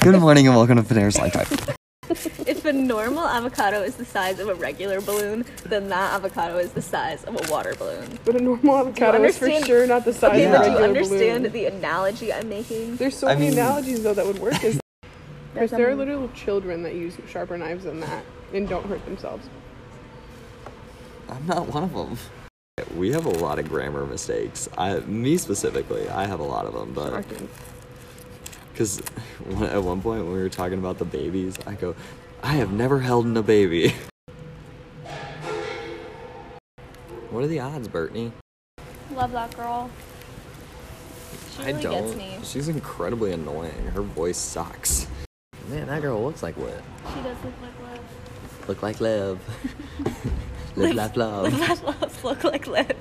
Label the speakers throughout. Speaker 1: Good morning and welcome to Panera's Lifetime.
Speaker 2: If a normal avocado is the size of a regular balloon, then that avocado is the size of a water balloon.
Speaker 3: But a normal avocado is for
Speaker 2: understand-
Speaker 3: sure not the size
Speaker 2: Okay,
Speaker 3: of
Speaker 1: Yeah.
Speaker 3: a
Speaker 2: but do you
Speaker 3: regular
Speaker 2: understand
Speaker 3: balloon.
Speaker 2: the analogy I'm making?
Speaker 3: There's so
Speaker 1: I
Speaker 3: many
Speaker 1: mean-
Speaker 3: analogies though that would work. Is
Speaker 2: There's
Speaker 3: there are
Speaker 2: some-
Speaker 3: little children that use sharper knives than that and don't hurt themselves.
Speaker 1: I'm not one of them. We have a lot of grammar mistakes. I, me specifically, I have a lot of them, but because at one point when we were talking about the babies, I go, I have never held in a baby. What are the odds, Brittany?
Speaker 2: Love that girl. She really
Speaker 1: I don't.
Speaker 2: gets me.
Speaker 1: She's incredibly annoying. Her voice sucks. Man, that girl looks like what?
Speaker 2: She does look like
Speaker 1: Look like Liv. Live, laugh,
Speaker 2: Liv.
Speaker 1: love.
Speaker 2: Live, laugh, love, look like Liv.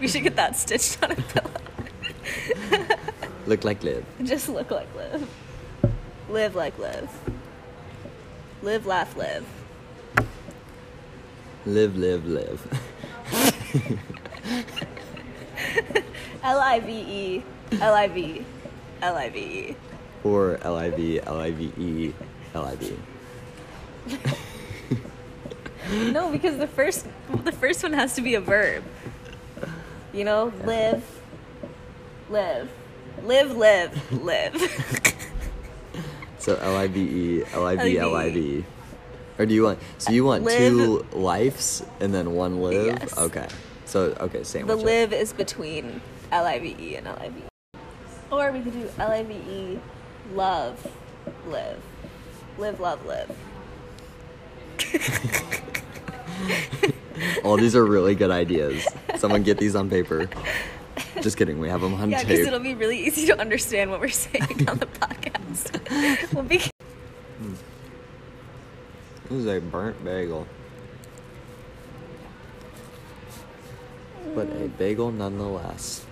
Speaker 2: We should get that stitched on a pillow.
Speaker 1: Look like Liv.
Speaker 2: Just look like Liv. Live like Liv. Live, laugh, live.
Speaker 1: Live, live, live.
Speaker 2: L I V E. L I V. L I V E.
Speaker 1: Or L I V L I V E L I V.
Speaker 2: No, because the first the first one has to be a verb. You know, live, live, live, live, live.
Speaker 1: So L I V E L I V L I V. E. Or do you want? So you want
Speaker 2: Live-
Speaker 1: two lives and then one live?
Speaker 2: Yes.
Speaker 1: Okay. So okay, same.
Speaker 2: the live is between L I V E and L I V E. Or we could do L I V E, love, live, live, love, live.
Speaker 1: All these are really good ideas. Someone get these on paper. Just kidding. We have them on
Speaker 2: Yeah, because
Speaker 1: tape.
Speaker 2: it'll be really easy to understand what we're saying on the podcast. we'll be
Speaker 1: This is a burnt bagel. But a bagel nonetheless.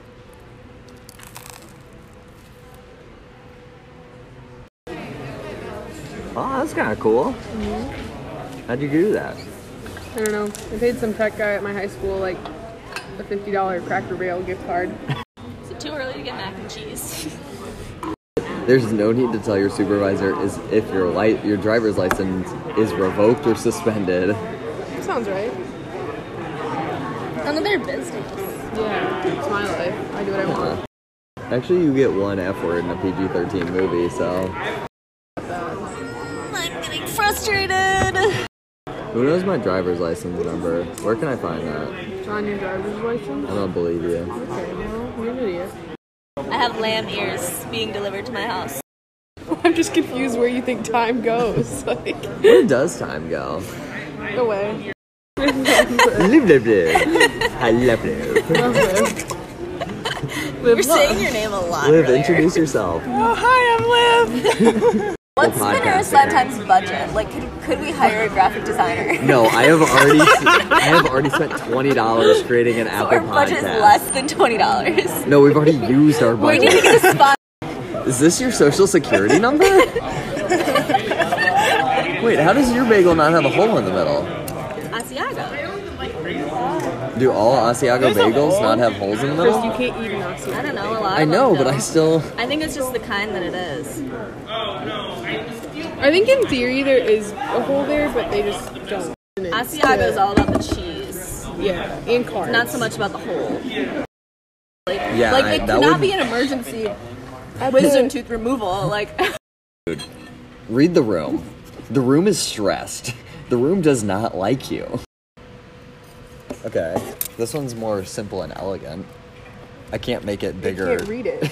Speaker 1: Oh, that's kind of cool. How'd you do that?
Speaker 3: I don't know. I paid some tech guy at my high school like a fifty dollar Cracker Barrel gift card.
Speaker 2: Is it too early to get mac and cheese?
Speaker 1: There's no need to tell your supervisor is if your light your driver's license is revoked or suspended.
Speaker 3: Sounds right.
Speaker 2: None of their business.
Speaker 3: Yeah, it's my life. I do what I want.
Speaker 1: Uh, Actually, you get one F word in a PG-13 movie, so
Speaker 2: I'm getting frustrated.
Speaker 1: who knows my driver's license number? Where can I find that?
Speaker 3: On your driver's license.
Speaker 1: I don't believe you.
Speaker 3: Okay, well, you're an idiot.
Speaker 2: I have lamb ears being delivered to my house.
Speaker 3: I'm just confused where you think time goes. Like,
Speaker 1: Where does time go?
Speaker 3: no way.
Speaker 1: Live, live, live. I love live.
Speaker 2: You're saying your name a lot.
Speaker 1: Live,
Speaker 2: earlier.
Speaker 1: introduce yourself.
Speaker 3: Oh, hi, I'm Liv.
Speaker 2: What's
Speaker 1: Podcast.
Speaker 2: Spinner's Lifetime's budget? Like, could, could we hire a graphic designer?
Speaker 1: No, I have already, I have already spent twenty dollars creating an
Speaker 2: So
Speaker 1: Apple
Speaker 2: our budget
Speaker 1: podcast.
Speaker 2: is less than twenty dollars.
Speaker 1: No, we've already used our
Speaker 2: We need to
Speaker 1: budget.
Speaker 2: get a spot.
Speaker 1: Is this your social security number? Wait, how does your bagel not have a hole in the middle?
Speaker 2: Asiago.
Speaker 1: Do all Asiago bagels not have holes in the
Speaker 3: Chris, you
Speaker 1: middle?
Speaker 3: can't eat an oxy.
Speaker 2: I don't know a lot.
Speaker 1: I
Speaker 2: of them
Speaker 1: know, but I
Speaker 2: don't.
Speaker 1: still.
Speaker 2: I think it's just the kind that it is.
Speaker 3: I think in theory there is a hole there, but they just don't.
Speaker 2: Asiago is all about the cheese,
Speaker 3: Yeah, and carbs.
Speaker 2: not so much about the whole. Like,
Speaker 1: Yeah,
Speaker 2: like
Speaker 1: I-
Speaker 2: it
Speaker 1: that
Speaker 2: cannot
Speaker 1: would-
Speaker 2: be an emergency wisdom tooth removal. Like,
Speaker 1: Read the room. The room is stressed. The room does not like you. Okay. This one's more simple and elegant. I can't make it bigger.
Speaker 3: Can't read it.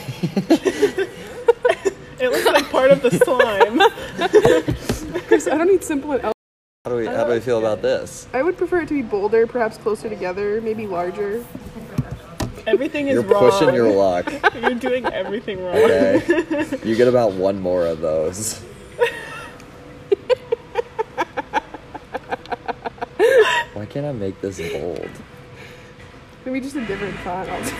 Speaker 4: It looks like part of the slime.
Speaker 3: Chris, I don't need simple and. Ele-
Speaker 1: How do we how do we feel about this?
Speaker 3: I would prefer it to be bolder, perhaps closer together, maybe larger.
Speaker 4: everything is
Speaker 1: You're
Speaker 4: wrong.
Speaker 1: pushing your luck.
Speaker 4: You're doing everything wrong.
Speaker 1: Okay. you get about one more of those. Why can't I make this bold?
Speaker 3: Maybe just a different font. I'll-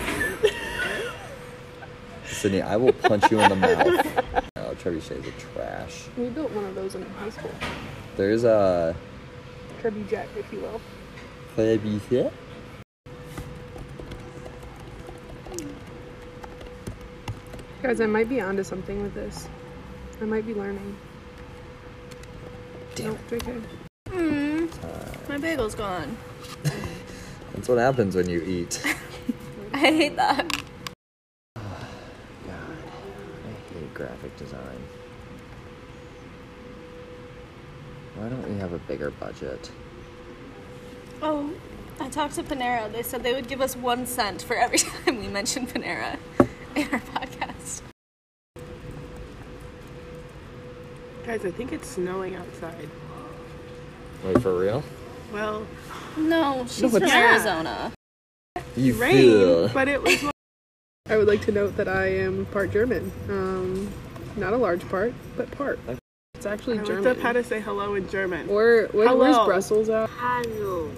Speaker 1: Sydney, I will punch you in the mouth. Oh, trebuchets are trash.
Speaker 3: we built one of those in high school.
Speaker 1: There's a
Speaker 3: Kirby Jack, if you will.
Speaker 1: trebuchet.
Speaker 3: Guys, I might be onto something with this. I might be learning.
Speaker 1: Damn
Speaker 3: Nope, three K.
Speaker 5: My bagel's gone.
Speaker 1: That's what happens when you eat.
Speaker 2: I hate that.
Speaker 1: God, I hate graphic design. Why don't we have a bigger budget?
Speaker 2: Um,
Speaker 5: Oh, I talked to Panera. They said they would give us one cent for every time we mentioned Panera in our podcast.
Speaker 4: Guys, I think it's snowing outside.
Speaker 1: Wait, for real?
Speaker 4: Well,
Speaker 5: No, she's
Speaker 1: but-
Speaker 5: from
Speaker 4: Yeah.
Speaker 5: Arizona.
Speaker 1: You
Speaker 4: rain, but it was.
Speaker 3: I would like to note that I am part German. Um, not a large part, but part. It's actually
Speaker 4: I looked
Speaker 3: German.
Speaker 4: up how to say hello in German.
Speaker 3: Or where, where's
Speaker 4: Hello.
Speaker 3: Brussels at?
Speaker 6: Hallo.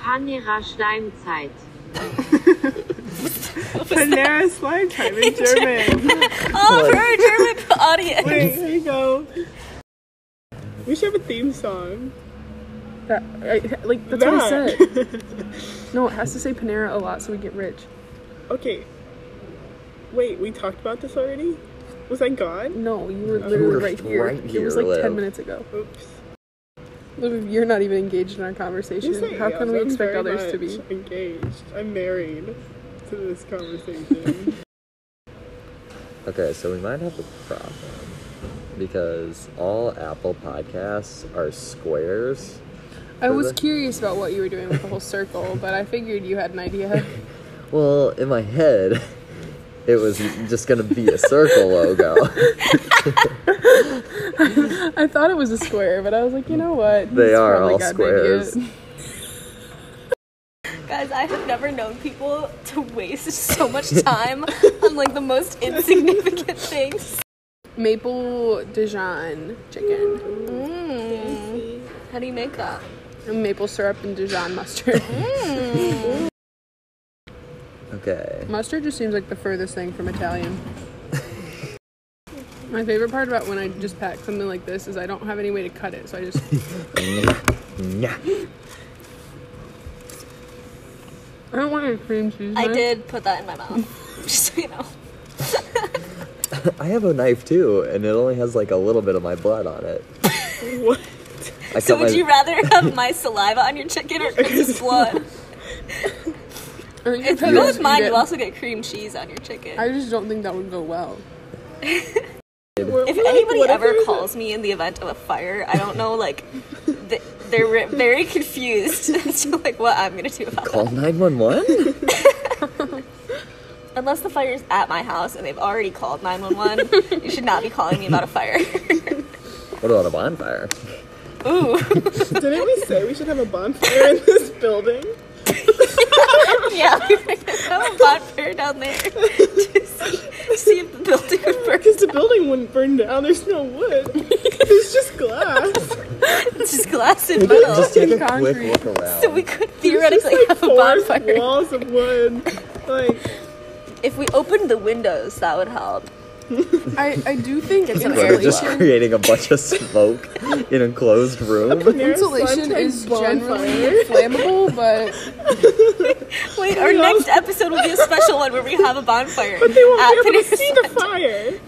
Speaker 6: Panera Schleimzeit.
Speaker 4: Panera slime time in German.
Speaker 2: Oh, for our German audience.
Speaker 4: Wait, here you go. We should have a theme song.
Speaker 3: That, I, like that's what I
Speaker 4: That.
Speaker 3: said. No, it has to say Panera a lot so we get rich.
Speaker 4: Okay. Wait, we talked about this already? Was I gone?
Speaker 3: No, you were
Speaker 1: You
Speaker 3: literally
Speaker 1: were
Speaker 3: right here.
Speaker 1: right
Speaker 3: It was
Speaker 1: here,
Speaker 3: like
Speaker 1: Liv.
Speaker 3: ten minutes ago.
Speaker 4: Oops.
Speaker 3: Liv, You're not even engaged in our
Speaker 4: You
Speaker 3: conversation.
Speaker 4: say
Speaker 3: How
Speaker 4: yes,
Speaker 3: can we
Speaker 4: I'm
Speaker 3: expect
Speaker 4: very
Speaker 3: others to be?
Speaker 4: much engaged? I'm married to this conversation.
Speaker 1: Okay, so we might have a problem because all Apple podcasts are squares.
Speaker 3: I was
Speaker 1: the-
Speaker 3: curious about what you were doing with the whole circle, but I figured you had an idea.
Speaker 1: Well, in my head, it was just gonna be a circle logo.
Speaker 3: I thought it was a square, but I was like, you know what?
Speaker 1: They
Speaker 3: He's
Speaker 1: are
Speaker 3: probably
Speaker 1: all
Speaker 3: got an
Speaker 1: squares.
Speaker 3: idea.
Speaker 2: Guys, I have never known people to waste so much time on like the most insignificant things.
Speaker 3: Maple Dijon chicken,
Speaker 2: Mm. How do you make that?
Speaker 3: maple syrup, and Dijon mustard.
Speaker 1: Okay.
Speaker 3: Mustard just seems like the furthest thing from Italian. My favorite part about when I just pack something like this is I don't have any way to cut it, so I just
Speaker 1: Yeah.
Speaker 3: I don't want any cream cheese.
Speaker 2: I
Speaker 5: Mm-hmm.
Speaker 3: in it.
Speaker 2: did put that in my mouth. Just so you know.
Speaker 1: I have a knife too, and it only has like a little bit of my blood on it.
Speaker 4: what?
Speaker 1: I
Speaker 2: So
Speaker 1: cut
Speaker 2: would
Speaker 1: my-
Speaker 2: you rather have my saliva on your chicken or Chris's blood?
Speaker 3: I think
Speaker 2: If
Speaker 3: I
Speaker 2: you go
Speaker 3: just
Speaker 2: with mine,
Speaker 3: eat it.
Speaker 2: you'll also get cream cheese on your chicken.
Speaker 3: I just don't think that would go well.
Speaker 2: If anybody ever calls me in the event of a fire, I don't know, like, th- they're re- very confused as to, like, what I'm gonna do about it.
Speaker 1: Call 911?
Speaker 2: Unless the fire's at my house and they've already called 911, you should not be calling me about a fire.
Speaker 1: what about a bonfire?
Speaker 2: Ooh,
Speaker 4: Didn't we say we should have a bonfire in this building?
Speaker 2: yeah, we were gonna have a bonfire down there to see, see if the building would burn.
Speaker 4: Because the building wouldn't burn down. There's no wood. There's just glass.
Speaker 2: It's just glass and metal.
Speaker 1: Just take a quick
Speaker 3: Concrete.
Speaker 1: look around.
Speaker 2: so we could
Speaker 4: There's
Speaker 2: theoretically
Speaker 4: just like
Speaker 2: have a
Speaker 4: four
Speaker 2: bonfire.
Speaker 4: walls of wood. Like,
Speaker 2: If we opened the windows, that would help.
Speaker 3: I, I do think
Speaker 2: some
Speaker 1: We're
Speaker 2: air
Speaker 1: just
Speaker 3: insulation
Speaker 1: creating a bunch of smoke in a closed room.
Speaker 4: Panera
Speaker 3: insulation
Speaker 4: Slime
Speaker 3: is
Speaker 4: Time
Speaker 3: generally flammable, but
Speaker 2: Wait, our next episode will be a special one where we have a bonfire.
Speaker 4: But they won't
Speaker 2: at
Speaker 4: be able
Speaker 2: Panera
Speaker 4: to see the
Speaker 2: Slime.
Speaker 4: fire.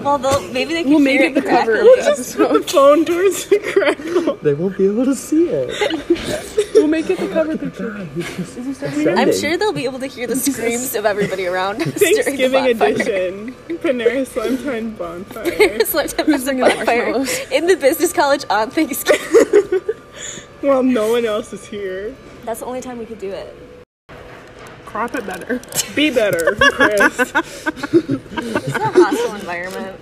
Speaker 2: Well, they'll, maybe they can
Speaker 3: we'll
Speaker 2: hear
Speaker 3: make it the cover of
Speaker 2: correctly.
Speaker 3: the
Speaker 4: Just put the
Speaker 3: episode.
Speaker 4: phone towards the crackle.
Speaker 1: they won't be able to see it.
Speaker 3: We'll make it the cover picture.
Speaker 2: I'm sure they'll be able to hear the screams of everybody around us during the
Speaker 4: Thanksgiving
Speaker 2: bonfire.
Speaker 4: edition. Panera Slime Time bonfire.
Speaker 2: Slept at the
Speaker 3: singing the
Speaker 2: bonfire
Speaker 3: marshmallows?
Speaker 2: in the business college on Thanksgiving.
Speaker 4: While no one else is here.
Speaker 2: That's the only time we could do it.
Speaker 3: Crop it better.
Speaker 4: Be better, Chris.
Speaker 2: It's a hostile environment.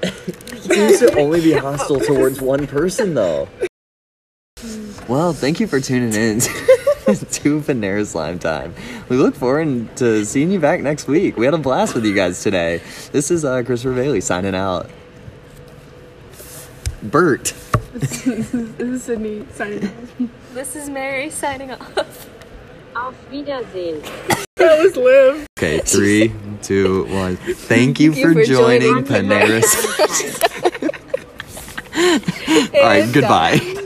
Speaker 1: You should only be hostile towards one person, though. Well, thank you for tuning in to Panera Slime Time. We look forward to seeing you back next week. We had a blast with you guys today. This is uh, Christopher Bailey signing out. Bert.
Speaker 3: This is Sydney signing off.
Speaker 2: This is Mary signing off.
Speaker 6: Auf Wiedersehen.
Speaker 4: that was Liv.
Speaker 1: Okay, three, two, one. Thank you,
Speaker 2: Thank you
Speaker 1: for,
Speaker 2: for
Speaker 1: joining
Speaker 2: joining
Speaker 1: Panera.
Speaker 6: Schleimzeit.
Speaker 1: All right, goodbye.